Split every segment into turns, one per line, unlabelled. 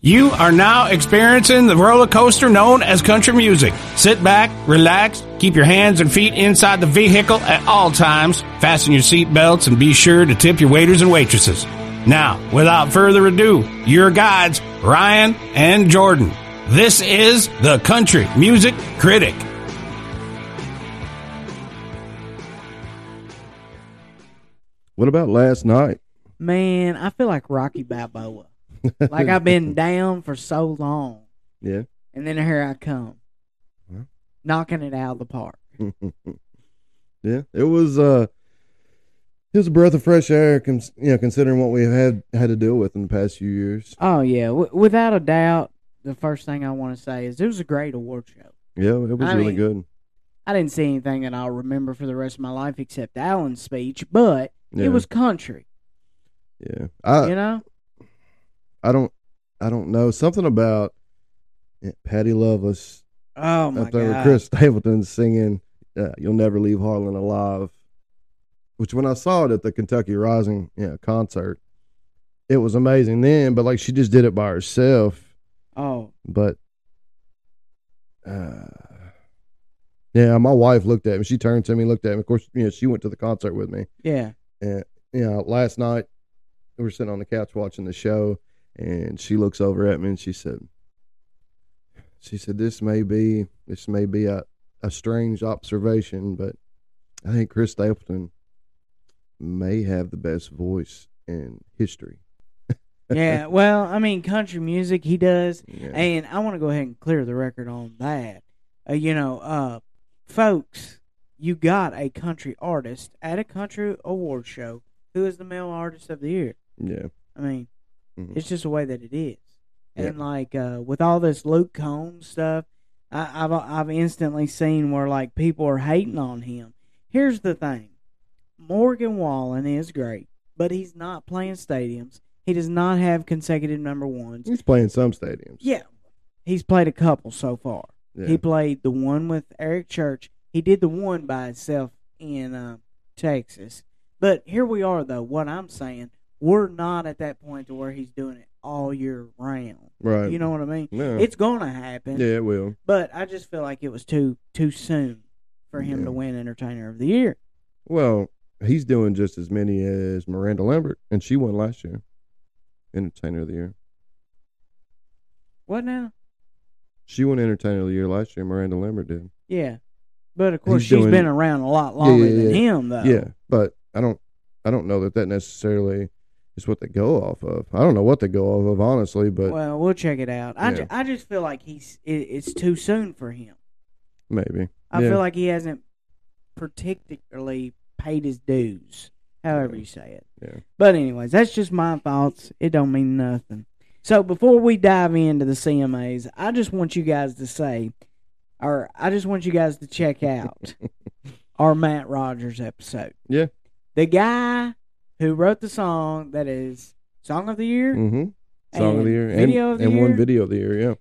You are now experiencing the roller coaster known as country music. Sit back, relax, keep your hands and feet inside the vehicle at all times, fasten your seat belts, and be sure to tip your waiters and waitresses. Now, without further ado, your guides, Ryan and Jordan. This is the Country Music Critic.
What about last night?
Man, I feel like Rocky Balboa. Like I've been down for so long,
Yeah.
and then here I come,
Well.
knocking it out of the park.
yeah. It was uh it was a breath of fresh air, cons- you know, considering what we've had had to deal with in the past few years.
Oh yeah, w- without a doubt. The first thing I want to say is it was a great award show.
Yeah, it was
I
really
mean-
good.
I didn't see anything that I'll remember for the rest of my life except Alan's speech, but
Yeah, Uh,
it was country.
yeah. I
you know,
I don't I don't know something about eh, yeah, Patty Loveless
oh my
up there with
god,
Chris Stapleton singing uh, "You'll Never Leave Harlan Alive," which when I saw it at the Kentucky Rising you know, concert, it was amazing then. But like she just did it by herself.
oh
but uh, yeah, my wife looked at me. She turned to me, looked at me. Of course, you know she went to the concert with me.
yeah,
And you know, last night we were sitting on the couch watching the show, and she looks over at me and she said, "She said this may be this may be a, a strange observation, but I think Chris Stapleton may have the best voice in history."
yeah. well, I mean, country music he does,
Yeah.
and I want to go ahead and clear the record on that. Uh, you know, uh, folks, you got a country artist at a country award show who is the male artist of the year.
yeah.
I mean,
Mhm.
it's just the way that it is.
Yeah.
And like uh, with all this Luke Combs stuff, I, I've I've instantly seen where like people are hating on him. Here's the thing: Morgan Wallen is great, but he's not playing stadiums. He does not have consecutive number ones.
He's playing some stadiums.
Yeah, he's played a couple so far.
Yeah.
He played the one with Eric Church. He did the one by himself in uh, Texas. But here we are, though. What I'm saying, we're not at that point to where he's doing it all year round.
right.
You know what I mean?
No.
It's gonna happen.
Yeah, it will.
But I just feel like it was too too soon for him
Yeah.
to win Entertainer of the Year.
Well, he's doing just as many as Miranda Lambert, and she won last year, Entertainer of the Year.
What now?
She won Entertainer of the Year last year. Miranda Lambert did.
Yeah. But of course,
He's
she's
doing-
been around a lot
Yeah,
longer
yeah,
than
yeah.
him, though.
Yeah, but I don't, I don't know that that necessarily is what they go off of. I don't know what they go off of, honestly. But
well, we'll check it out. I,
Yeah.
ju- I just feel like he's it, it's too soon for him.
maybe.
I
Yeah.
feel like he hasn't particularly paid his dues, however you say it.
Yeah.
But anyways, that's just my thoughts. It don't mean nothing. So before we dive into the CMAs, I just want you guys to say, or I just want you guys to check out our Matt Rogers episode.
Yeah.
The guy who wrote the song that is Song of the Year,
Mm-hmm. Song of the
And
Year and
Video of the
and one
Year?
video of the year. Yeah.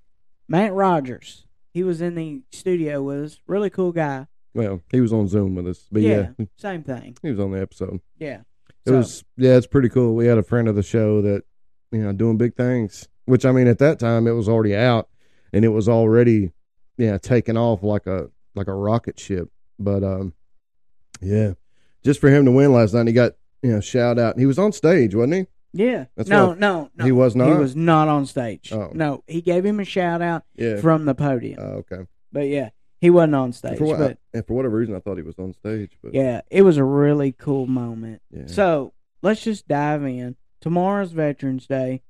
Matt Rogers. He was in the studio with us. Really cool guy.
Well, he was on Zoom with us, but yeah,
Same thing.
he was on the episode.
Yeah.
It was yeah, it's pretty cool. We had a friend of the show that you know doing big things, which I mean at that time it was already out and it was already yeah taking off like a like a rocket ship. But um, yeah, just for him to win last night, he got you know shout out. He was on stage, wasn't he?
Yeah.
That's
no,
why
no, no.
he was
He
not?
was not on stage.
Oh.
No, he gave him a shout out
Yeah.
from the podium.
Oh, okay.
but yeah, he wasn't on stage.
for what,
but
and for whatever reason, I thought he was on stage, but
yeah, it was a really cool moment.
yeah.
So let's just dive in. Tomorrow's Veterans Day.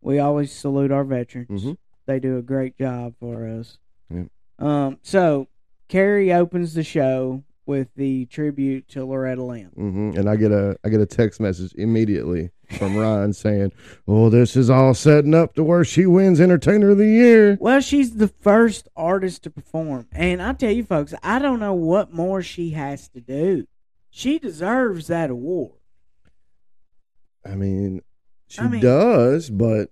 We always salute our veterans.
Mhm.
They do a great job for us.
Yep.
Um, so Carrie opens the show with the tribute to Loretta Lynn.
hmm And I get a I get a text message immediately from Ryan saying, "Oh, this is all setting up to where she wins Entertainer of the Year."
Well, she's the first artist to perform. And I tell you, folks, I don't know what more she has to do. She deserves that award.
I mean, she
I mean-
does, but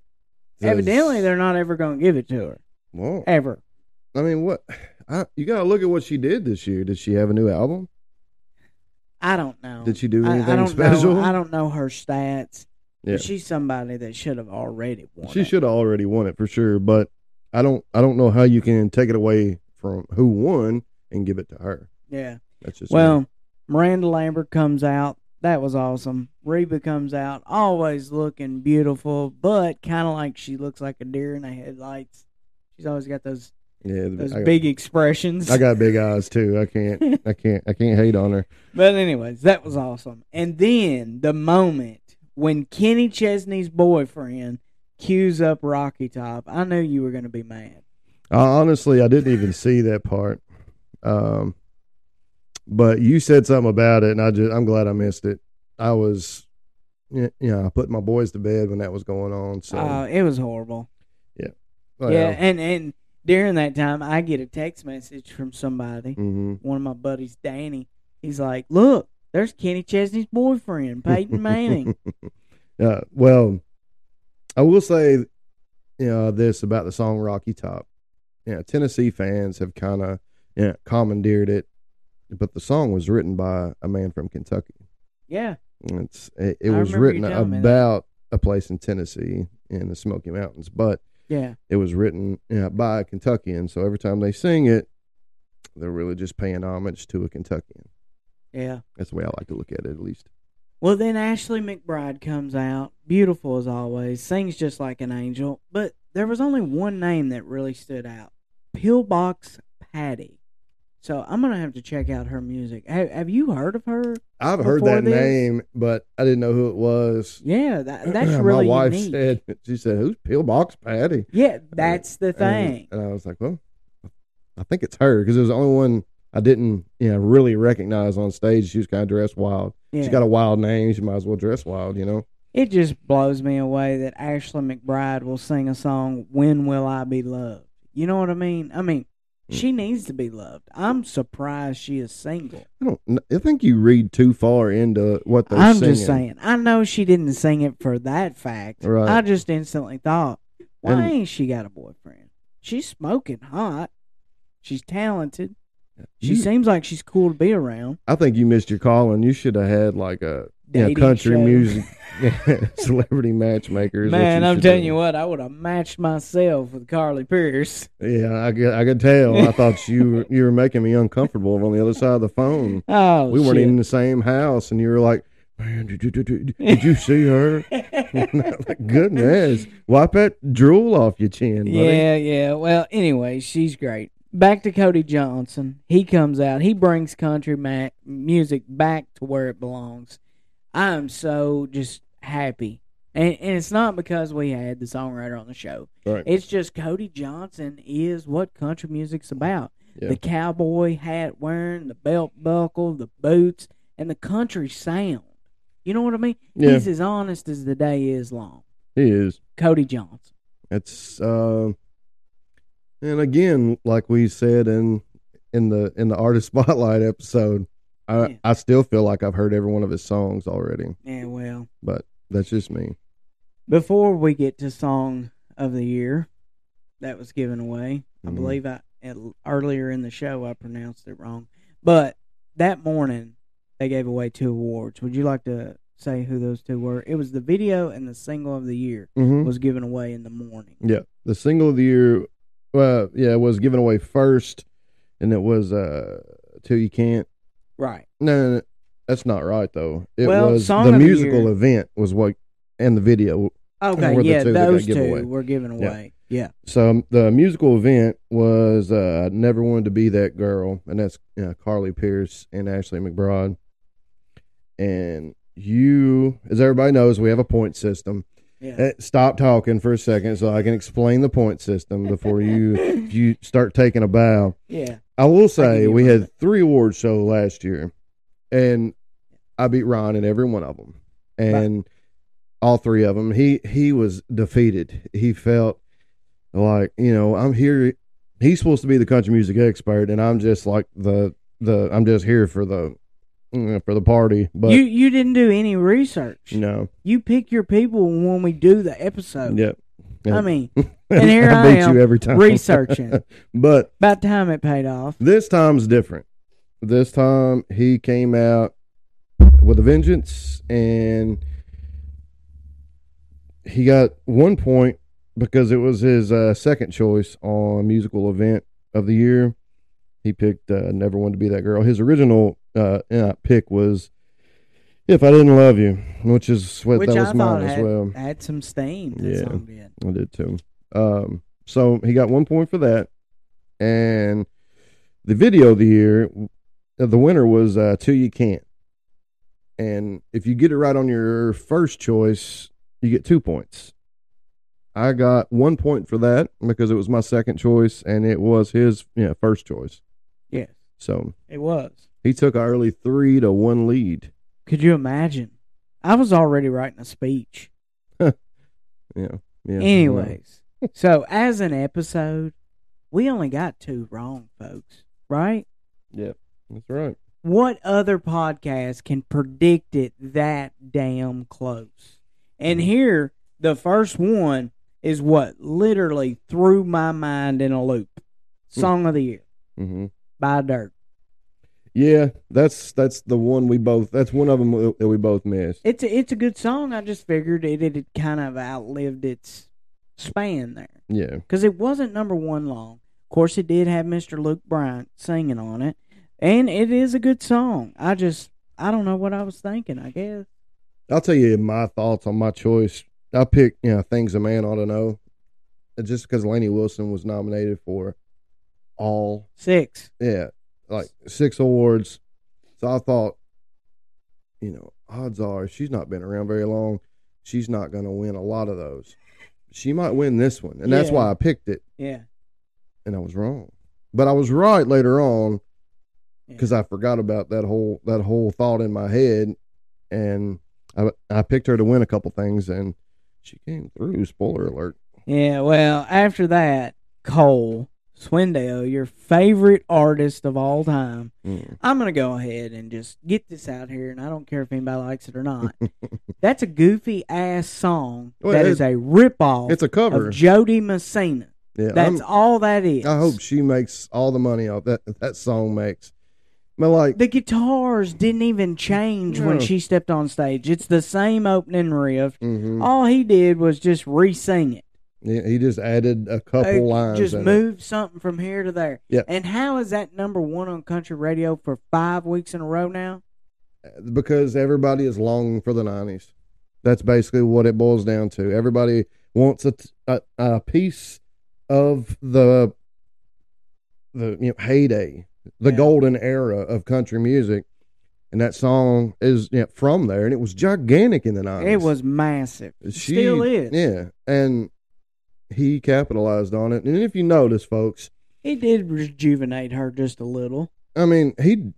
there's-
Evidently, they're not ever going to give it to her.
Well,
Ever.
I mean, what? I, you gotta look at what she did this year. Did she have a new album?
I don't know.
Did she do
I- I
anything
don't know.
special?
I don't know her stats.
Yeah.
But she's somebody that should have already won.
She
it.
should have already won it for sure, but I don't I don't know how you can take it away from who won and give it to her.
Yeah.
That's just me.
Well, Miranda Lambert comes out. That was awesome. Reba comes out, always looking beautiful, but kind of like she looks like a deer in the headlights. She's always got those
yeah,
those
I got,
big expressions.
I got big eyes too. I can't I can't I can't hate on her.
But anyways, that was awesome. And then the moment when Kenny Chesney's boyfriend cues up Rocky Top, I knew you were going to be mad.
I, honestly, I didn't even see that part. Um, but you said something about it, and I just I'm glad I missed it. I was, yeah, you know, I put my boys to bed when that was going on. So
Uh, it was horrible.
well,
yeah, and and during that time, I get a text message from somebody,
mhm.
one of my buddies, Danny. He's like, "Look, there's Kenny Chesney's boyfriend, Peyton Manning."
Yeah. Well, I will say, you know, this about the song Rocky Top. Yeah, Tennessee fans have kind of yeah commandeered it, but the song was written by a man from Kentucky.
yeah,
And It's it, it
I
was
remember you
written
telling me that.
about a place in Tennessee in the Smoky Mountains, but
yeah,
it was written you know, by a Kentuckian. So every time they sing it, they're really just paying homage to a Kentuckian.
yeah.
That's the way I like to look at it, at least.
Well, then Ashley McBride comes out, beautiful as always, sings just like an angel. But there was only one name that really stood out Pillbox Patty. So I'm going to have to check out her music. Have, have you heard of her?
I've heard
Before
that
this?
name, but I didn't know who it was.
Yeah, that, that's
My
really
wife
unique.
said uh, she said, "Who's Pillbox Patty?"
yeah, that's the
And,
thing.
and I was like, "Well, I think it's her because it was the only one I didn't, you know, really recognize on stage. She was kind of dressed wild.
Yeah.
She's got a wild name. She might as well dress wild, you know."
it just blows me away that Ashley McBride will sing a song, When Will I Be Loved? You know what I mean? I mean,
Mm.
she needs to be loved. I'm surprised she is single.
I don't. kn- I think you read too far into what they're
I'm
singing.
just saying. I know she didn't sing it for that fact.
Right.
I just instantly thought, why
And-
ain't she got a boyfriend? She's smoking hot. She's talented. She
You-
seems like she's cool to be around.
I think you missed your calling. You should have had like a you know,
Dating
country
show.
music celebrity matchmaker. is what
Man,
you
I'm
should
telling
do.
you what, I would have matched myself with Carly Pierce.
Yeah, I could, I could tell. I thought you were, you were making me uncomfortable on the other side of the phone.
Oh,
we weren't
shit.
even in the same house, and you were like, "Man, did, did, did, did you see her? like, Goodness, wipe that drool off your chin, buddy.
Yeah, yeah. Well, anyway, she's great. Back to Cody Johnson. He comes out. He brings country ma- music back to where it belongs. I am so just happy. And, and it's not because we had the songwriter on the show.
Right.
It's just Cody Johnson is what country music's about.
Yeah.
The cowboy hat wearing, the belt buckle, the boots, and the country sound. You know what I mean?
Yeah.
He's as honest as the day is long.
He is.
Cody Johnson.
It's uh, and again, like we said in in the in the artist spotlight episode, I
Yeah.
I still feel like I've heard every one of his songs already,
Yeah, well.
but that's just me.
before we get to song of the year that was given away i
Mhm.
believe i at, earlier in the show i pronounced it wrong but that morning they gave away two awards would you like to say who those two were it was the video and the single of the year
Mm-hmm.
was given away in the morning
Yeah, the single of the year, uh, yeah, was given away first, and it was uh, "Till You Can't."
right
No, no, no, that's not right though. It
Well,
was
song
the
of the
musical
year.
event was what, and the video.
okay
Were the
yeah
two that got
those two
giveaway.
were given
Yeah.
away yeah
So um, the musical event was uh, "Never Wanted to Be That Girl," and that's you know, Carly Pierce and Ashley McBride. And you, as everybody knows, we have a point system.
yeah,
Uh, Stop talking for a second so I can explain the point system before you if you start taking a bow.
yeah.
I will say
you
we
a
had
moment.
three award show last year, and I beat Ron in every one of them, and all three of them. He he was defeated. He felt like you know I'm here. He's supposed to be the country music expert, and I'm just like the the I'm just here for the mm, for the party. But
you you didn't do any research
no,
you pick your people when we do the episode
yep.
i mean and here I
beat
am
you every time.
researching
But
about time it paid off
this time's different. This time he came out with a vengeance, and he got one point because it was his uh, second choice on musical event of the year. He picked uh, "Never Wanted to Be That Girl." His original uh, uh, pick was "If I Didn't Love You," which is what
which
that was
I thought
mine as
had,
well.
had some steam. That
Yeah.
song did.
I did too. Um, so he got one point for that, and the video of the year, uh, the winner was uh, "Till You Can't." And if you get it right on your first choice, you get two points. I got one point for that because it was my second choice and it was his yeah first choice.
Yes,
So
it was.
he took our early three to one lead.
Could you imagine? I was already writing a speech.
Yeah. Yeah. Mm-hmm.
Anyways, so as an episode, we only got two wrong, folks. Right?
Yeah. That's right.
What other podcast can predict it that damn close? And
Mm-hmm.
here, the first one is what literally threw my mind in a loop.
Hmm.
Song of the Year
Mm-hmm.
by Dirt.
Yeah, that's that's the one we both. That's one of them that we both missed.
It's a, it's a good song. I just figured it it had kind of outlived its span there.
Yeah,
because it wasn't number one long. Of course, it did have Mr. Luke Bryant singing on it, and it is a good song. I just I don't know what I was thinking. I guess
I'll tell you my thoughts on my choice. I picked you know things a man ought to know, And just because Laney Wilson was nominated for all
six.
yeah like six awards, so I thought, you know, odds are she's not been around very long. She's not going to win a lot of those. She might win this one, and that's
Yeah.
why I picked it.
Yeah,
and I was wrong. But I was right later on
Yeah.
because I forgot about that whole that whole thought in my head, and I I picked her to win a couple things, and she came through. Spoiler alert!
yeah. Well, after that, Cole Swindell, your favorite artist of all time.
Mm.
I'm gonna go ahead and just get this out here, and I don't care if anybody likes it or not. That's a goofy ass song.
Well,
that
it-
is a rip off
It's a cover.
of Jody Messina.
yeah,
That's
I'm-
all that is.
I hope she makes all the money off that that song makes. But like,
The guitars didn't even change when
No.
she stepped on stage. It's the same opening riff.
mhm.
All he did was just re-sing it.
Yeah, he just added a couple
Uh,
lines.
just
in it.
move something from here to there.
Yep.
And how is that number one on country radio for five weeks in a row now?
because everybody is longing for the 90s. That's basically what it boils down to. Everybody wants a, t- a- a piece of the the you know, heyday, the
Yeah.
golden era of country music, and that song is you know, from there, and it was gigantic in the 90s.
It was massive. It
She-
Still is.
yeah, and he capitalized on it. And if you notice, folks,
It did rejuvenate her just a little.
I mean, he,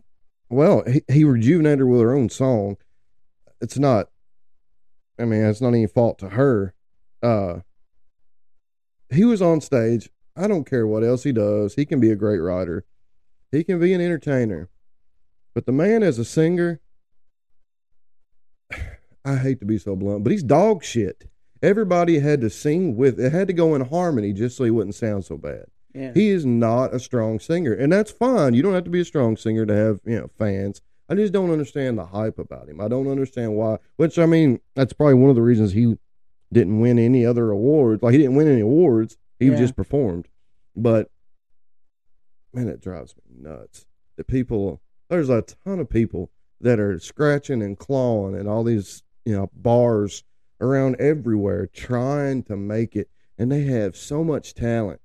well, he, he rejuvenated her with her own song. It's not, I mean, it's not any fault to her. Uh, he was on stage. I don't care what else he does. He can be a great writer. He can be an entertainer. But the man as a singer, I hate to be so blunt, but he's dog shit. Everybody had to sing with, it had to go in harmony just so he wouldn't sound so bad.
Yeah.
He is not a strong singer, and that's fine. You don't have to be a strong singer to have you know fans. I just don't understand the hype about him. I don't understand why. Which I mean, that's probably one of the reasons he didn't win any other awards. Like he didn't win any awards. He
Yeah.
just performed. But man, it drives me nuts. The people, there's a ton of people that are scratching and clawing and all these you know bars around everywhere trying to make it, and they have so much talent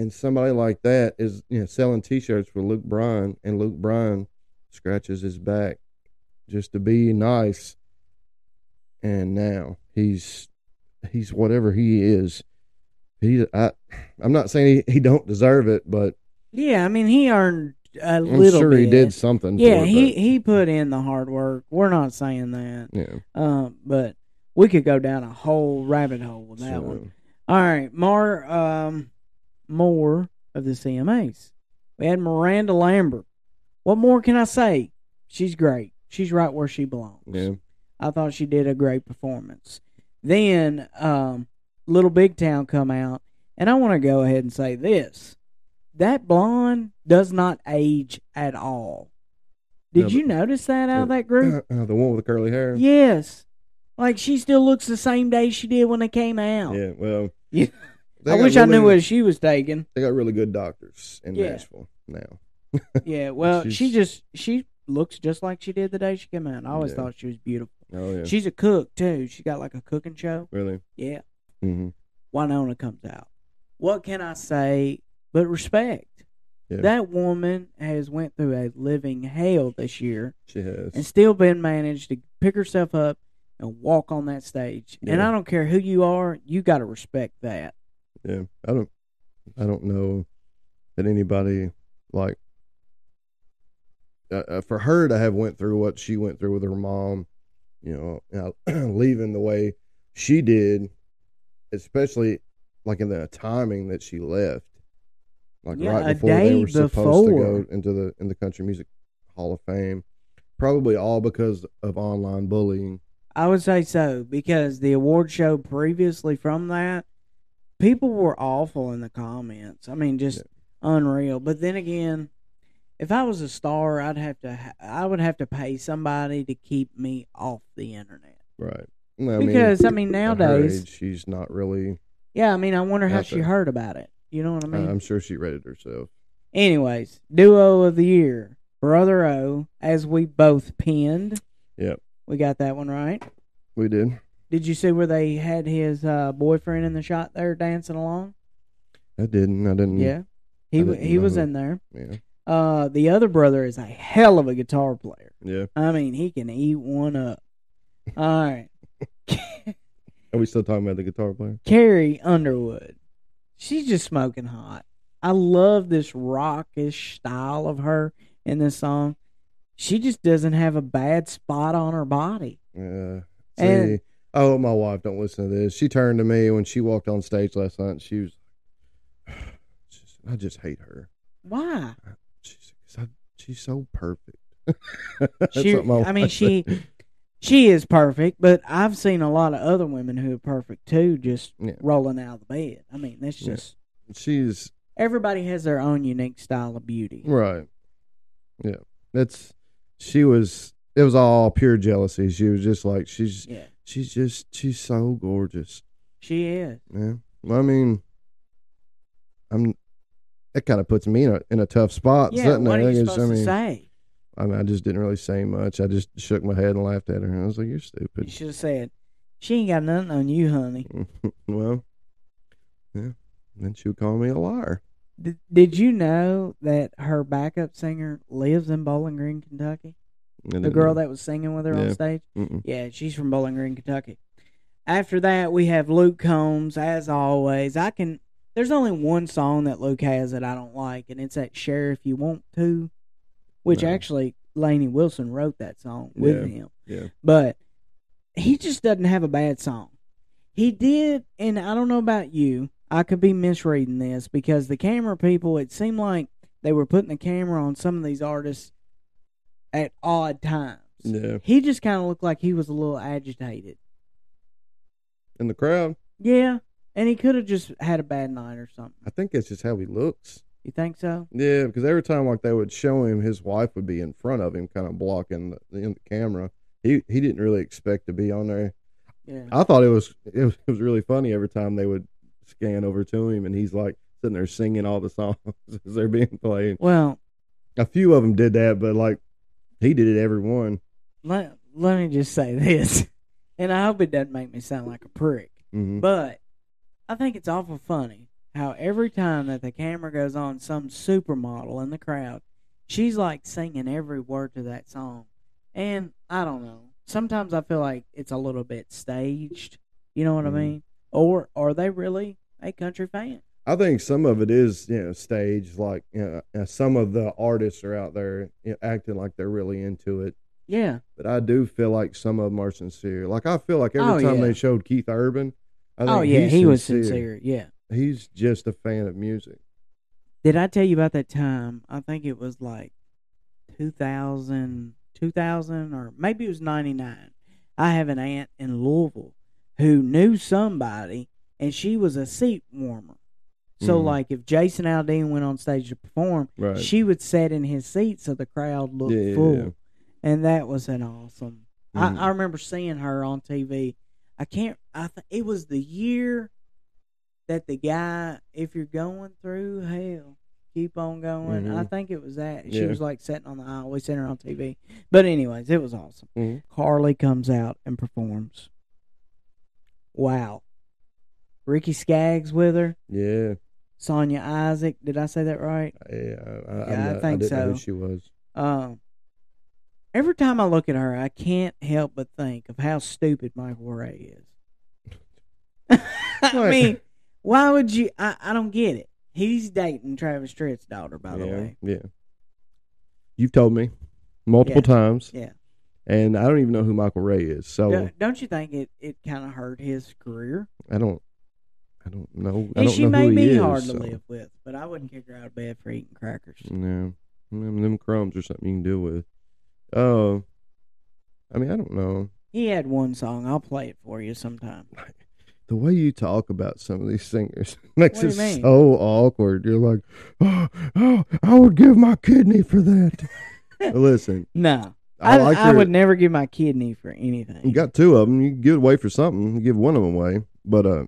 and somebody like that is you know selling t-shirts for Luke Bryan and Luke Bryan scratches his back just to be nice and now he's he's whatever he is he I I'm not saying he, he don't deserve it but
yeah, I mean, he earned a
I'm
little
sure
bit.
he did something
Yeah,
for it,
he, he put in the hard work. We're not saying that.
but, yeah
Um, but we could go down a whole rabbit hole with that
so,
one. All right, more um, more of the CMAs. We had Miranda Lambert. What more can I say? She's great. She's right where she belongs.
yeah
I thought she did a great performance. Then um, Little Big Town come out, and I want to go ahead and say this: that blonde does not age at all. Did
No,
you
but-
notice that out of
Yeah.
that group?
Uh, uh, the one with the curly hair
Yes. Like she still looks the same day she did when they came out.
Yeah, well,
Yeah.
they
I
got
wish I knew
really-
what she was taking.
they got really good doctors in
Yeah.
Nashville now.
Yeah, well, she
She's-
just she looks just like she did the day she came out. I always
Yeah.
thought she was beautiful.
Oh yeah,
She's a cook too. She got like a cooking show.
really.
Yeah,
hmm
Winona comes out. What can I say but respect?
Yeah.
That woman has went through a living hell this year
She has.
and still been managed to pick herself up and walk on that stage. And
Yeah.
I don't care who you are, you got to respect that.
Yeah, I don't, I don't know that anybody like uh, uh, for her to have went through what she went through with her mom, you know, now, leaving the way she did, especially like in the timing that she left, like
Yeah, a
right before they
day
were supposed to
before.
go into the in the country music hall of fame, probably all because of online bullying.
I would say so because the award show previously from that, people were awful in the comments. I mean, just
Yeah.
unreal. But then again, if I was a star, I'd have to ha- I would have to pay somebody to keep me off the internet.
Right. And I mean,
because I mean
at her
nowadays,
age, she's not really.
yeah, I mean I wonder how she
Nothing.
heard about it. You know what I
I-
mean?
I'm sure she read it herself.
Anyways, duo of the year, brother O, as we both pinned.
Yep.
We got that one right.
We did.
Did you see where they had his uh, boyfriend in the shot there dancing along?
I didn't. I didn't.
Yeah, he
Mm-hmm. I
w-
didn't
he
know
was
who-
in there.
Yeah.
Uh, the other brother is a hell of a guitar player.
Yeah.
I mean, he can eat one up. All right,
Are we still talking about the guitar player?
Carrie Underwood, she's just smoking hot. I love this rockish style of her in this song. She just doesn't have a bad spot on her body.
Yeah. See,
And-
oh, my wife don't listen to this. She turned to me when she walked on stage last night. And she was, she's- I just hate her.
Why?
She's, I, she's so perfect.
She- I mean, she- She is perfect, but I've seen a lot of other women who are perfect too, just
Yeah.
rolling out of the bed. I mean, that's
Yeah.
just
she's
everybody has their own unique style of beauty.
right. Yeah. That's. She was. It was all pure jealousy. She was just like she's.
Yeah,
She's just. She's so gorgeous.
she is.
Yeah. Well, I mean, I'm. That kind of puts me in a in a tough spot.
Yeah,
doesn't
what
it?
are you
Because,
supposed
I mean,
to say?
I mean, I just didn't really say much. I just shook my head and laughed at her. And I was like, "You're
You
stupid."
should have said, "She ain't got nothing on you, honey."
well, yeah. Then she would call me a liar.
D- did you know that her backup singer lives in Bowling Green, Kentucky? The girl that was singing with her on
Yeah.
stage.
Mm-mm.
Yeah, she's from Bowling Green, Kentucky. After that, we have Luke Combs, as always. I can. There's only one song that Luke has that I don't like, and it's that "Share If You Want To," which
No.
actually Laney Wilson wrote that song with
Yeah.
him.
Yeah.
but he just doesn't have a bad song. He did, and I don't know about you. I could be misreading this because the camera people, it seemed like they were putting the camera on some of these artists at odd times.
Yeah.
He just kind of looked like he was a little agitated.
In the crowd,
Yeah, and he could have just had a bad night or something.
I think that's just how he looks.
You think so?
Yeah, because every time like they would show him, his wife would be in front of him, kind of blocking the, in the camera. He he didn't really expect to be on there.
Yeah.
I thought it was it was, it was really funny every time they would scan over to him and he's like sitting there singing all the songs as they're being played.
Well,
A few of them did that, but like he did it every one.
let, let me just say this, and I hope it doesn't make me sound like a prick.
hmm
But I think it's awful funny how every time that the camera goes on some supermodel in the crowd, she's like singing every word to that song. And I don't know. Sometimes I feel like it's a little bit staged. You know what
Mhm.
I mean? Or are they really a country fan?
I think some of it is you know staged, like you know, uh, some of the artists are out there you know, acting like they're really into it.
Yeah.
But I do feel like some of them are sincere. Like I feel like every
Oh,
time
yeah.
they showed Keith Urban, I think
Oh yeah,
he's
he was sincere. Yeah.
He's just a fan of music.
Did I tell you about that time? I think it was like 2000, 2000 or maybe it was 99. I have an aunt in Louisville who knew somebody and she was a seat warmer. So,
Mhm.
like, if Jason Aldean went on stage to perform,
Right.
she would sit in his seat so the crowd looked
Yeah, yeah,
full.
yeah.
And that was an awesome.
Mhm.
I, I remember seeing her on TV. I can't. I th- it was the year that the guy. If you're going through hell, keep on going. I
Mhm.
think it was that she
Yeah.
was like sitting on the aisle. We seen her on TV. But anyways, it was awesome.
Mhm.
Carly comes out and performs. Wow. Ricky Skaggs with her.
Yeah,
Sonia Isaac. Did I say that right?
yeah. I, I,
Yeah, I
I'm not- I
think
didn't know who
so.
she was.
Um, every time I look at her, I can't help but think of how stupid Michael Ray is. I
What?
mean, why would you? I, I don't get it. He's dating Travis Tritt's daughter, by
yeah,
the way.
yeah. You've told me multiple
Yeah.
times,
Yeah.
and I don't even know who Michael Ray is. So
Don't, don't you think it, it kind of hurt his career?
I don't, I don't know. I
And
don't
she
know
may
who
be
he is,
hard
so.
to live with, but I wouldn't kick her out of bed for eating crackers.
No, them, them crumbs are something you can deal with. Oh, I mean, I don't know
He had one song. I'll play it for you sometime.
the way you talk about some of these singers makes
What do
it
you mean?
so awkward. You're like, oh, oh, I would give my kidney for that. Listen,
No,
I,
I,
like
I
your,
would never give my kidney for anything.
You got two of them. You can give it away for something. You give one of them away. But uh,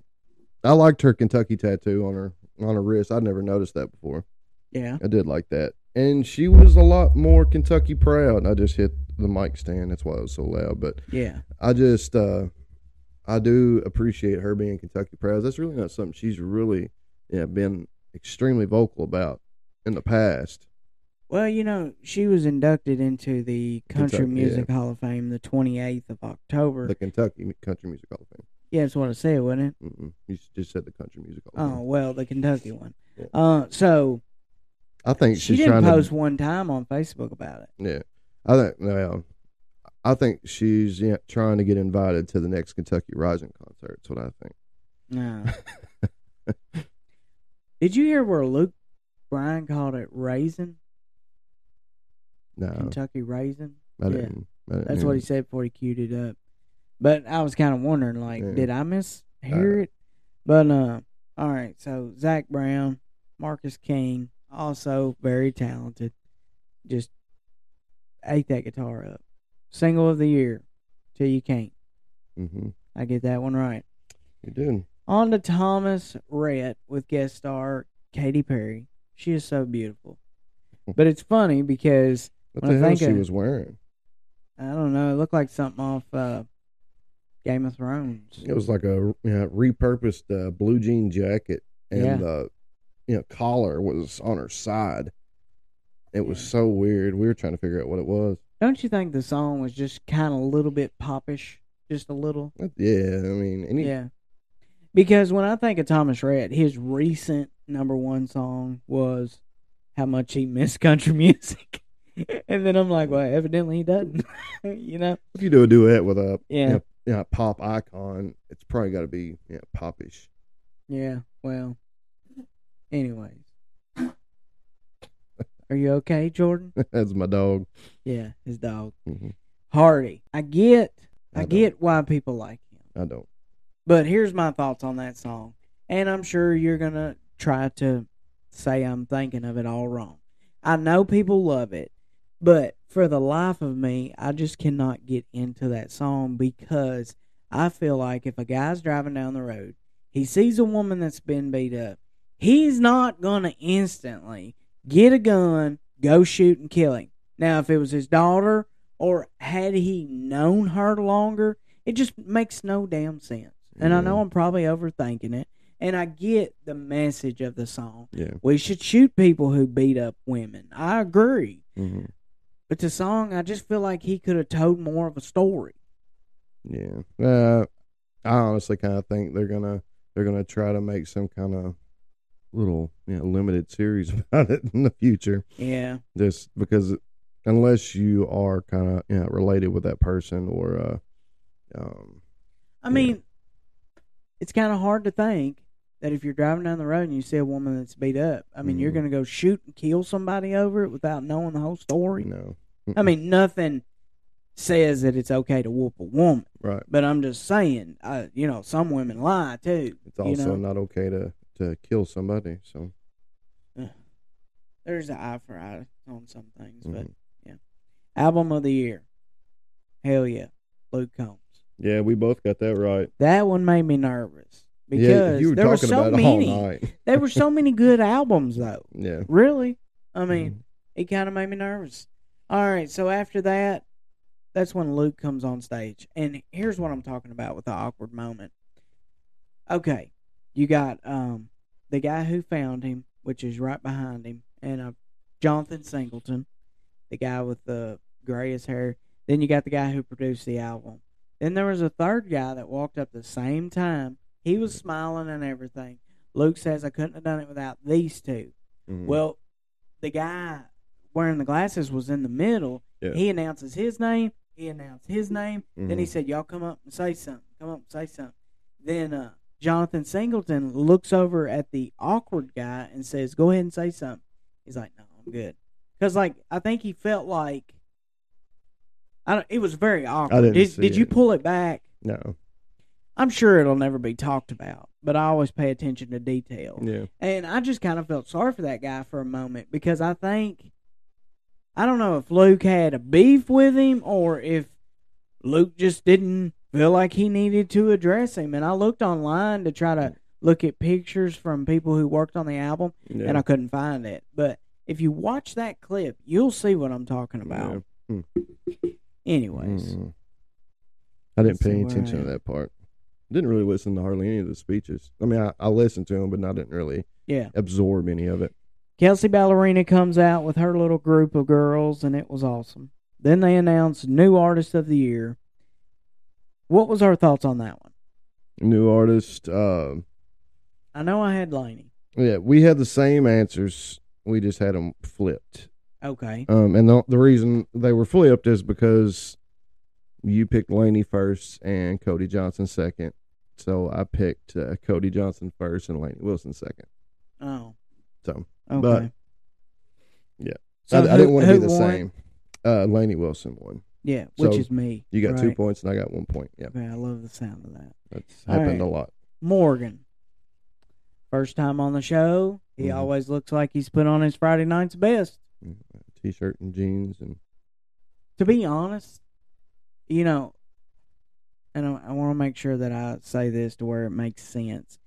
I liked her Kentucky tattoo on her on her wrist. I'd never noticed that before.
yeah.
I did like that, and she was a lot more Kentucky proud. I just hit the mic stand. That's why it was so loud. But
Yeah.
I just uh, I do appreciate her being Kentucky proud. That's really not something she's really yeah been extremely vocal about in the past.
Well, you know, she was inducted into the Country
Kentucky, yeah.
Music Hall of Fame the 28th of October.
The Kentucky Country Music Hall of
yeah, that's what I said, wasn't
Fame. Mm-mm. You just said the Country Music
it?
Hall. Of
Oh,
Fame.
well, the Kentucky one.
Yeah.
Uh, so
I think
she
she's
didn't
trying
post
to.
one time on Facebook about it.
Yeah, I think well, I think she's yeah, trying to get invited to the next Kentucky Rising concert. That's what I think.
No. Did you hear where Luke Bryan called it raisin?
No,
Kentucky raisin?
I
yeah.
didn't. I didn't
That's
hear
what he
it.
said before he queued it up. But I was kind of wondering, like,
Yeah.
did I miss hear it? But uh, all right. So Zach Brown, Marcus King, also very talented. Just ate that guitar up. Single of the year, till you can't.
Mm-hmm.
I get that one right.
You did.
On to Thomas Rhett with guest star Katy Perry. She is so beautiful. But it's funny because
What
Well,
the hell
thank
she
you.
was wearing?
I don't know. It looked like something off uh, Game of Thrones.
It was like a you know, repurposed uh, blue jean jacket, and
Yeah.
the you know collar was on her side. It was
Yeah.
so weird. We were trying to figure out what it was.
Don't you think the song was just kind of a little bit popish, just a little?
Yeah, I mean, any
Yeah. Because when I think of Thomas Rhett, his recent number one song was how much he missed country music, and then I'm like, well, evidently he doesn't, you know?
if you do a duet with a
Yeah.
you know, you know, pop icon, it's probably got to be you know, popish.
Yeah. Well. Anyways, are you okay, Jordan?
That's my dog.
Yeah, his dog
Mhm.
Hardy. I get, I,
I don't.
get why people like him.
I don't.
But here's my thoughts on that song. And I'm sure you're going to try to say I'm thinking of it all wrong. I know people love it, but for the life of me, I just cannot get into that song because I feel like if a guy's driving down the road, he sees a woman that's been beat up, he's not going to instantly get a gun, go shoot and kill him. Now, if it was his daughter or had he known her longer, it just makes no damn sense. And I
Yeah.
know I'm probably overthinking it, and I get the message of the song.
Yeah.
We should shoot people who beat up women. I agree.
hmm
But the song, I just feel like he could have told more of a story.
Yeah. Uh, I honestly kind of think they're gonna they're gonna try to make some kind of little you know, limited series about it in the future.
Yeah.
just because unless you are kind of you know, related with that person or uh um
I
Yeah.
mean, it's kind of hard to think that if you're driving down the road and you see a woman that's beat up, I mean, you're
Mhm.
going to go shoot and kill somebody over it without knowing the whole story.
you know
I mean, nothing says that it's okay to whoop a woman,
right
but I'm just saying, uh, you know, some women lie too.
it's also
you know?
not okay to to kill somebody so
There's an eye for eye on some things, but
mhm.
album of the year, hell yeah, Luke Combs.
Yeah, we both got that right.
That one made me nervous because
yeah, you were
there were
talking
so
about it
many.
all night.
there were so many good albums though.
Yeah.
Really, I mean, it kind of made me nervous. All right, so after that, that's when Luke comes on stage, and here's what I'm talking about with the awkward moment. Okay, you got um the guy who found him, which is right behind him, and uh, Jonathan Singleton, the guy with the grayest hair. Then you got the guy who produced the album. Then there was a third guy that walked up the same time. He was smiling and everything. Luke says, I couldn't have done it without these two.
Mhm.
Well, the guy wearing the glasses was in the middle.
Yeah.
He announces his name. He announced his name. Then he
Mhm.
said, "Y'all come up and say something. Come up and say something." Then uh, Jonathan Singleton looks over at the awkward guy and says, "Go ahead and say something." He's like, "No, I'm good," because like I think he felt like I don't. It was very awkward.
didn't
did
see
did you
it.
pull it back?
no.
I'm sure it'll never be talked about, but I always pay attention to detail.
Yeah.
And I just kind of felt sorry for that guy for a moment because I think I don't know if Luke had a beef with him or if Luke just didn't feel like he needed to address him. And I looked online to try to look at pictures from people who worked on the album
Yeah.
and I couldn't find it. But if you watch that clip, you'll see what I'm talking about.
Yeah.
Anyways,
Mhm. I didn't
Let's see
pay any
where I
attention
am.
to that part. Didn't really listen to hardly any of the speeches. I mean, I, I listened to them, but I didn't really
yeah.
absorb any of it.
Kelsey Ballerina comes out with her little group of girls, and it was awesome. Then they announced new artist of the year. What was our thoughts on that one?
New artist. Um,
I know I had Laney.
yeah, we had the same answers. We just had them flipped.
Okay.
Um, and the, the reason they were flipped is because you picked Laney first and Cody Johnson second. So I picked uh, Cody Johnson first and Laney Wilson second.
Oh.
So
Okay.
But- yeah.
So
I, I didn't want to be
who-
the
who won?
same. Uh, Laney Wilson won.
Yeah, which
So,
is me.
You got two
right?
points and I got one point. Yeah,
Okay, I love the sound of that.
that's
All
happened
right.
a lot.
Morgan. First time on the show. He
Mhm.
always looks like he's put on his Friday night's best.
T-shirt and jeans and
to be honest, you know, and I, I want to make sure that I say this to where it makes sense.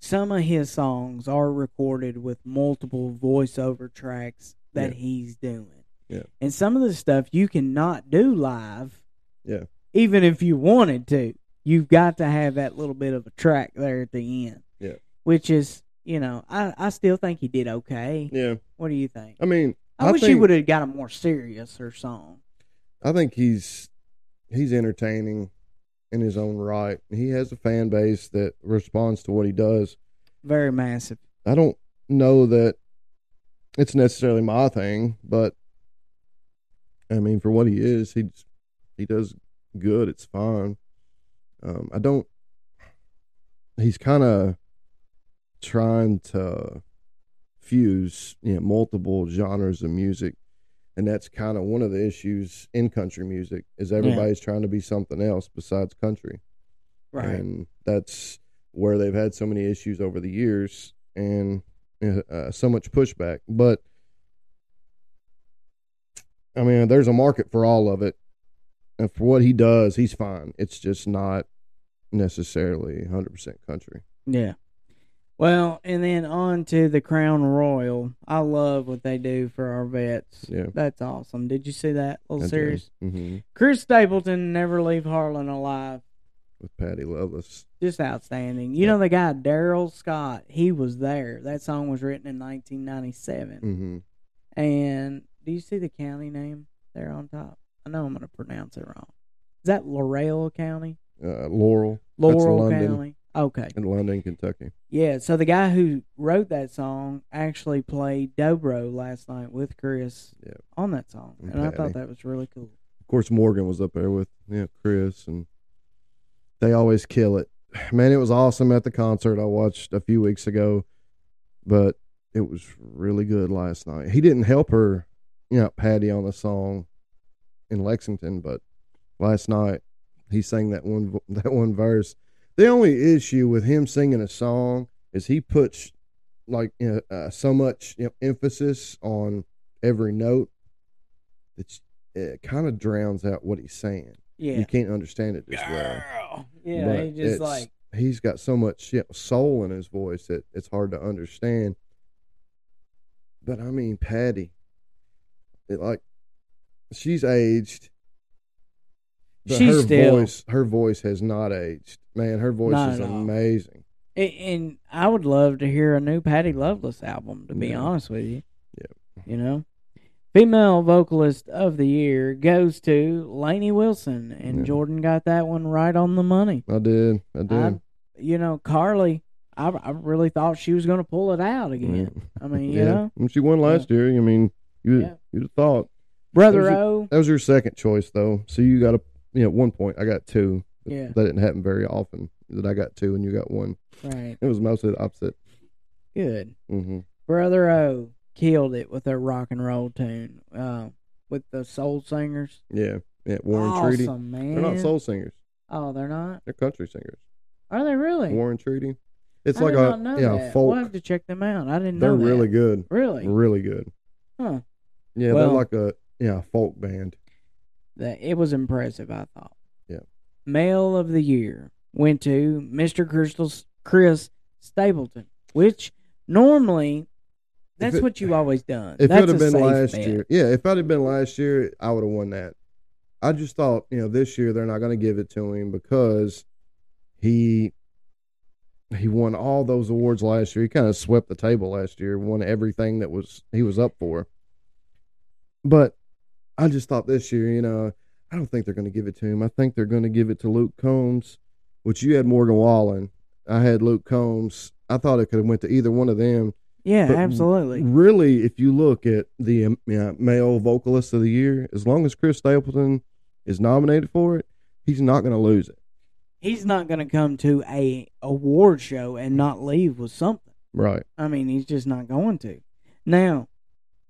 Some of his songs are recorded with multiple voiceover tracks that
Yeah.
he's doing.
Yeah.
And some of the stuff you cannot do live.
Yeah.
Even if you wanted to, you've got to have that little bit of a track there at the end.
Yeah.
Which is, you know, I, I still think he did okay.
yeah.
What do you think?
I mean,
I,
I
wish he
think-
would have got a more serious or song.
I think he's he's entertaining in his own right. He has a fan base that responds to what he does.
Very massive.
I don't know that it's necessarily my thing, but I mean, for what he is, he he does good. It's fine. Um, I don't. He's kind of trying to fuse you know multiple genres of music, and that's kind of one of the issues in country music is everybody's trying to be something else besides country.
Right.
And that's where they've had so many issues over the years and uh, so much pushback. But I mean, there's a market for all of it. And for what he does, he's fine. It's just not necessarily 100% country.
Yeah. Well, and then on to the Crown Royal. I love what they do for our vets.
Yeah.
That's awesome. Did you see that little series?
Mm-hmm.
Chris Stapleton never leave Harlan alive.
With Patty Loveless.
Just outstanding. You know the guy Daryl Scott. He was there. That song was written in 1997.
Mm-hmm.
And do you see the county name there on top? I know I'm going to pronounce it wrong. Is that Laurel County?
Uh, Laurel. That's
Laurel
London.
County. Okay.
In London, Kentucky.
Yeah, so the guy who wrote that song actually played dobro last night with Chris
Yeah.
on that song, and I
Okay.
thought that was really cool.
Of course, Morgan was up there with yeah Chris, and they always kill it. Man, it was awesome at the concert I watched a few weeks ago, but it was really good last night. He didn't help her, you know, Patty on the song in Lexington, but last night he sang that one v- that one verse. The only issue with him singing a song is he puts like you know, uh, so much you know, emphasis on every note. It's it kind of drowns out what he's saying.
Yeah.
You can't understand it as well.
Girl. Yeah,
But
he just
it's-
like
he's got so much you know, soul in his voice that it's hard to understand. But I mean, Patty, it, like she's aged. But
She's
her
still-
voice, her voice has not aged. Man, her voice
Not
is
at all.
amazing.
a- and I would love to hear a new Patty Loveless album, to be
Yeah.
honest with you.
Yep.
You know? Female vocalist of the year goes to Lainey Wilson and
Yeah.
Jordan got that one right on the money.
I did, I did.
I, you know, Carly, I, I really thought she was going to pull it out again. I mean, you know,
And Mm-hmm. she won last year. I mean, you
Yeah.
you'd have thought
Brother
There's a-
O,
that was your second choice though. So you got a you know one point. I got two.
Yeah.
That didn't happen very often. That I got two and you got one.
right,
It was mostly the opposite.
good.
hmm
Brother O killed it with their rock and roll tune uh, with the soul singers.
Yeah. Yeah. Warren
awesome,
Treaty.
man.
They're not soul singers.
Oh, they're not.
They're country singers.
Are they really?
Warren Treaty. It's
I
like
did
a
not know
yeah
that.
folk.
We'll have to check them out. I didn't
they're
know. that.
really good.
Really?
Really good.
Huh.
Yeah.
Well-
they're like a yeah folk band.
That it was impressive. I thought.
Yeah.
Male of the year went to Mr. Crystal Chris Stapleton, which normally that's
it-
what you always done.
If
that's
it
a
had been
safe
last
bet.
year, yeah. If I'd have been last year, I would have won that. I just thought, you know, this year they're not going to give it to him because he he won all those awards last year. He kind of swept the table last year, won everything that was he was up for. But I just thought this year, you know, I don't think they're going to give it to him. I think they're going to give it to Luke Combs, which you had Morgan Wallen. I had Luke Combs. I thought it could have went to either one of them.
yeah,
but-
absolutely.
Really, if you look at the um, yeah, male vocalist of the year, as long as Chris Stapleton is nominated for it, he's not going to lose it.
he's not going to come to a award show and not leave with something.
Right.
I mean, he's just not going to. Now,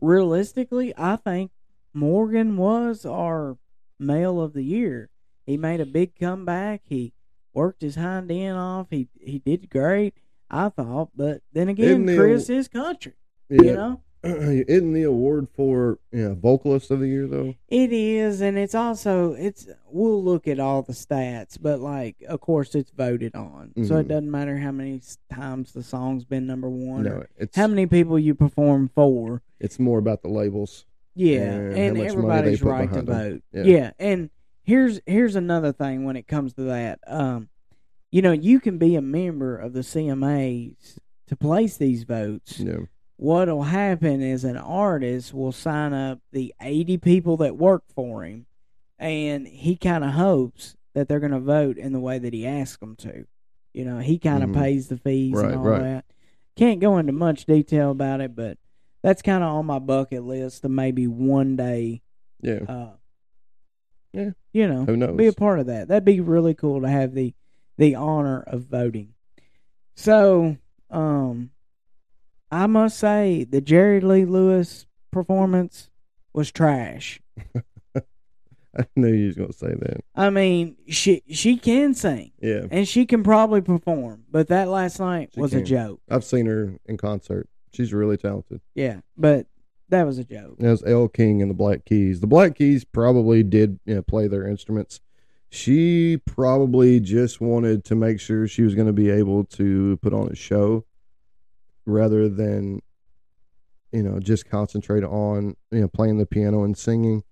realistically, I think Morgan was our male of the year. He made a big comeback. He worked his hind end off. He he did great, I thought. But then again,
Isn't the
Chris
aw-
is country. You
Yeah.
know,
Isn't the award for yeah, vocalist of the year though?
it is, and it's also it's. We'll look at all the stats, but like, of course, it's voted on, so it
Mhm.
doesn't matter how many s- times the song's been number one. or
No, it's
how many people you perform for.
it's more about the labels.
Yeah,
And how much
and
money they
everybody's
put
right to
behind 'em.
vote. Yeah.
Yeah.
and here's here's another thing when it comes to that. Um, you know, you can be a member of the CMAs to place these votes.
Yeah.
What'll happen is an artist will sign up the 80 people that work for him, and he kind of hopes that they're going to vote in the way that he asks them to. You know, he kind of
Mhm.
pays the fees
Right,
and all
right.
that. Can't go into much detail about it, but that's kind of on my bucket list to maybe one day,
Yeah.
uh,
Yeah.
you know,
Who knows?
be a part of that. That'd be really cool to have the the honor of voting. So, um, I must say the Jerry Lee Lewis performance was trash.
I knew you was going to say that.
I mean, she she can sing
Yeah.
and she can probably perform, but that last night
She
was a
can.
joke.
I've seen her in concert. She's really talented.
Yeah, but that was a joke.
As L King and the Black Keys. The Black Keys probably did you know, play their instruments. She probably just wanted to make sure she was going to be able to put on a show rather than you know just concentrate on you know playing the piano and singing.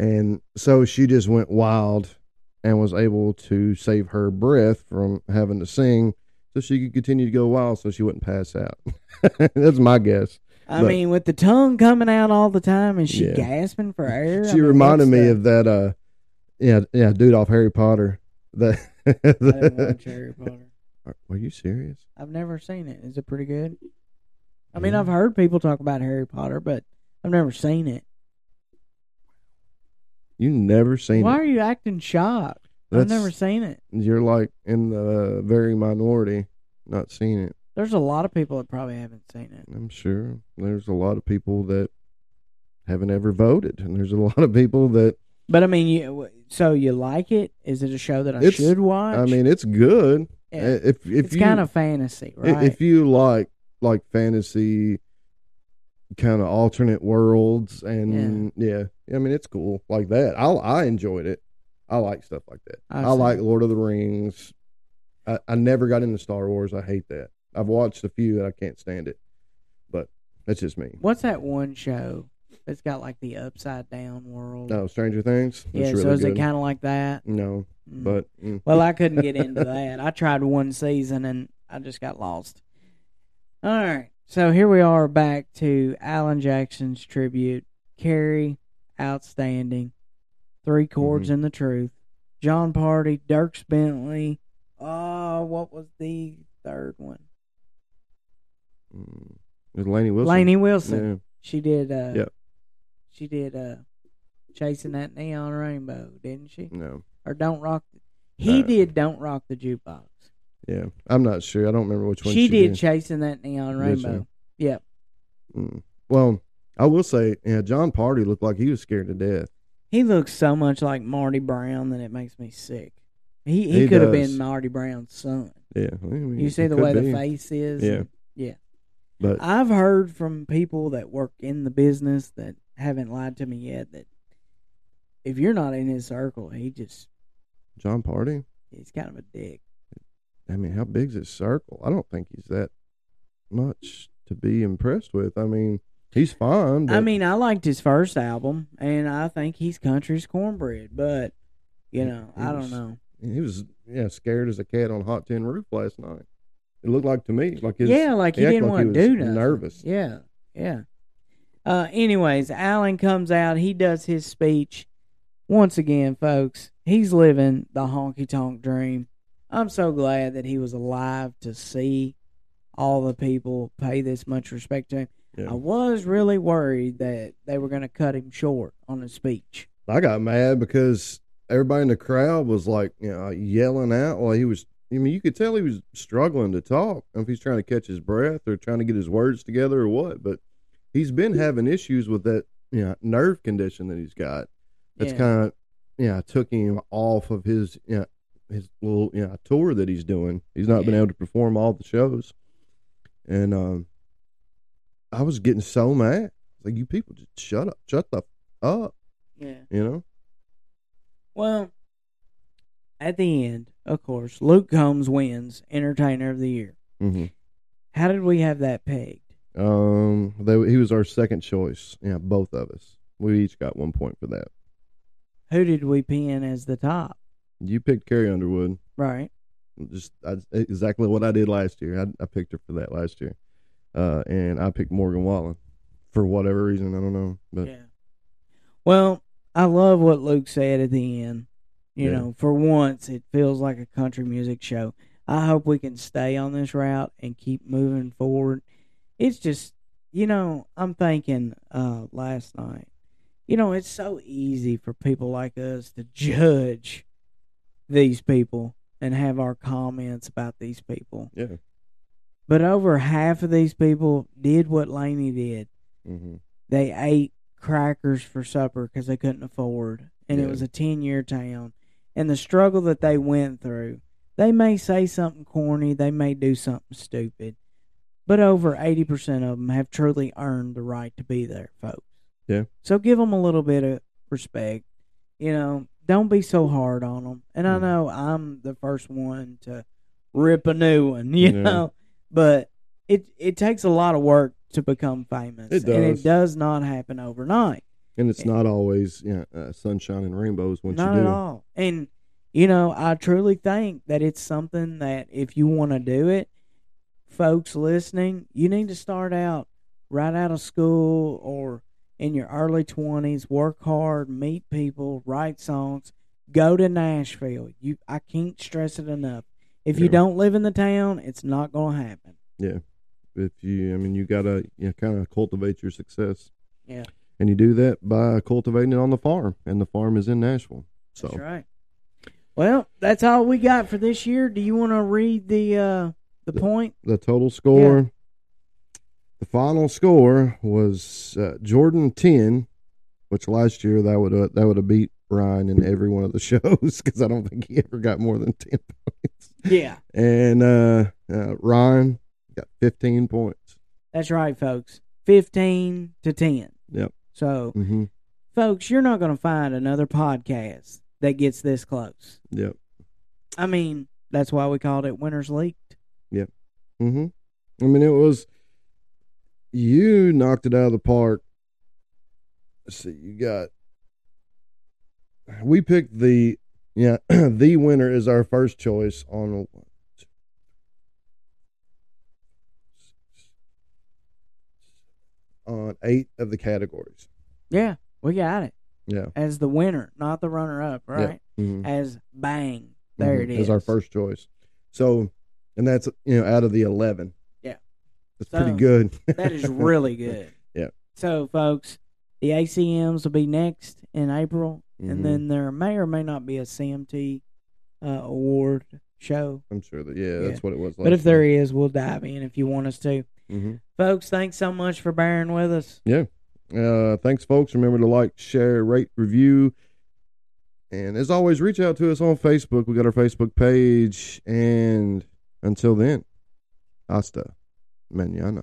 And so she just went wild and was able to save her breath from having to sing so she could continue to go wild so she wouldn't pass out. That's my guess.
I
But-
mean, with the tongue coming out all the time and she
Yeah.
gasping for air. I
She
mean,
reminded
that's
me
the-
of that uh yeah, yeah, dude off Harry Potter. That
I didn't watch Harry Potter.
Are- Were you serious?
I've never seen it. Is it pretty good? I mean,
Yeah.
I've heard people talk about Harry Potter, but I've never seen it.
You never seen
Why
it.
are you acting shocked? I've
That's-
never seen it.
You're like in the very minority not seeing it.
There's a lot of people that probably haven't seen it.
I'm sure there's a lot of people that haven't ever voted and there's a lot of people that
But I mean, you so you like it? Is it a show that I
It's-
should watch?
I mean it's good.
Yeah.
If if
it's
you
kind of fantasy,
I-
right?
If you like like fantasy kind of alternate worlds and yeah. I mean it's cool like that. I I enjoyed it. I like stuff like that.
I
I,
see.
like Lord of the Rings. I, I never got into Star Wars. I hate that. I've watched a few and I can't stand it. But that's just me.
What's that one show that's got like the upside down world?
No, Stranger Things.
yeah.
it's Oh, really
so is
good.
it kind of like that?
no,
Mm.
but mm,
Well, I couldn't get into that. I tried one season and I just got lost. All right. So here we are back to Alan Jackson's tribute. Carrie, outstanding. Three chords
Mm-hmm.
in the truth. John Party, Dirks Bentley. Oh, what was the third one?
mm, with Laney Wilson.
Laney Wilson.
Yeah.
She did uh
Yep.
she did uh Chasing That Neon Rainbow, didn't she?
No.
Or Don't Rock He
Uh,
did Don't Rock the Jukebox.
Yeah. I'm not sure. I don't remember which one
She, did
did.
chasing that neon
Did she?
rainbow. Yep.
Mm. Well, I will say, yeah, John Party looked like he was scared to death.
He looks so much like Marty Brown that it makes me sick. He he,
He
could have
does. Mm,
been Marty Brown's son.
Yeah. I mean,
You see
it
the
could
way
be,
the face is.
Yeah.
Yeah.
But
I've heard from people that work in the business that haven't lied to me yet that if you're not in his circle, he just
John Party.
he's kind of a dick.
I mean, how big's his circle? I don't think he's that much to be impressed with. I mean, he's fine. But
I mean, I liked his first album, and I think he's country's cornbread, but you know,
He
I don't
was-
know.
he was yeah scared as a cat on a hot tin roof last night. It looked like to me like his
yeah, like he,
acted
didn't
like
want
he
to do
was
nothing.
nervous.
Yeah, yeah. Uh, anyways, Allen comes out. He does his speech once again, folks. He's living the honky tonk dream. I'm so glad that he was alive to see all the people pay this much respect to him.
Yeah.
I was really worried that they were going to cut him short on his speech.
I got mad because everybody in the crowd was like, you know, yelling out while he was. I mean, you could tell he was struggling to talk. I don't know if he's trying to catch his breath or trying to get his words together or what, but he's been having issues with that, you know, nerve condition that he's got. That's
Yeah.
kind of, you know, took him off of his, you know, his little, you know, tour that he's doing. He's not been
Yeah.
able to perform all the shows, and um, I was getting so mad. Like you people, just shut up, shut the f- up,
yeah.
you know.
Well, at the end, of course, Luke Combs wins Entertainer of the Year.
Mm-hmm.
How did we have that pegged?
Um, they, he was our second choice. Yeah, both of us. We each got one point for that.
Who did we pin as the top?
You picked Carrie Underwood.
Right.
Just I, exactly what I did last year. I, I picked her for that last year, uh, and I picked Morgan Wallen for whatever reason. I don't know, but
Yeah. Well, I love what Luke said at the end. You
Yeah.
know, for once, it feels like a country music show. I hope we can stay on this route and keep moving forward. It's just, you know, I'm thinking uh, last night, you know, it's so easy for people like us to judge these people and have our comments about these people.
yeah,
But over half of these people did what Laney did.
hmm
they ate crackers for supper because they couldn't afford, and it
Yeah.
was a ten year town, and the struggle that they went through. They may say something corny, they may do something stupid, but over eighty percent of them have truly earned the right to be there, folks.
Yeah.
So give them a little bit of respect. You know, don't be so hard on them. And I
Mhm.
know I'm the first one to rip a new one, you
Yeah.
know, but it it takes a lot of work to become famous,
It
and it
does.
does not happen overnight.
and it's not always you know, uh, sunshine and rainbows once
not
you
at
do.
all. And you know, I truly think that it's something that if you want to do it, folks listening, you need to start out right out of school or in your early twenties. Work hard, meet people, write songs, go to Nashville. You, I can't stress it enough. If you
Yeah.
don't live in the town, it's not going to happen.
If you, I mean, you gotta you know, kind of cultivate your success.
Yeah.
and you do that by cultivating it on the farm, and the farm is in Nashville. So
That's right. Well, that's all we got for this year. Do you want to read the uh,
The-
the point?
the total score. The final score was uh, Jordan ten, which last year that would uh, that would have beat Ryan in every one of the shows because I don't think he ever got more than ten points.
Yeah,
And uh, uh, Ryan got fifteen points.
that's right, folks. Fifteen to ten.
Yep.
So,
hmm
folks, you're not going to find another podcast that gets this close.
Yep.
I mean, that's why we called it winners leaked.
Mm-hmm. I mean, it was you knocked it out of the park. Let's see, you got we picked the yeah the winner is our first choice on on eight of the categories.
Yeah, we got it
Yeah.
as the winner, not the runner up, right?
Mhm.
As bang, there it
Mhm.
is.
As our first choice. So, and that's you know out of the eleven.
Yeah.
that's
So,
pretty good.
that is really good.
Yeah.
So, folks, the ACMs will be next in April,
Mhm.
and then there may or may not be a CMT uh, award show.
I'm sure that yeah, that's what it was.
But if there is, we'll dive in if you want us to.
mm-hmm.
Folks, thanks so much for bearing with us.
Uh, thanks, folks. Remember to like, share, rate, review. And as always, reach out to us on Facebook. We got our Facebook page. And until then, hasta mañana.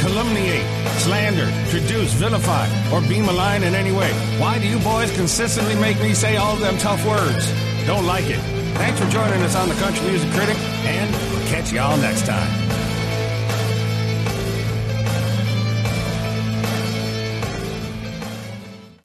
calumniate, slander, traduce, vilify, or be malign in any way. Why do you boys consistently make me say all them tough words? Don't like it. Thanks for joining us on the Country Music Critic, and we'll catch y'all next time.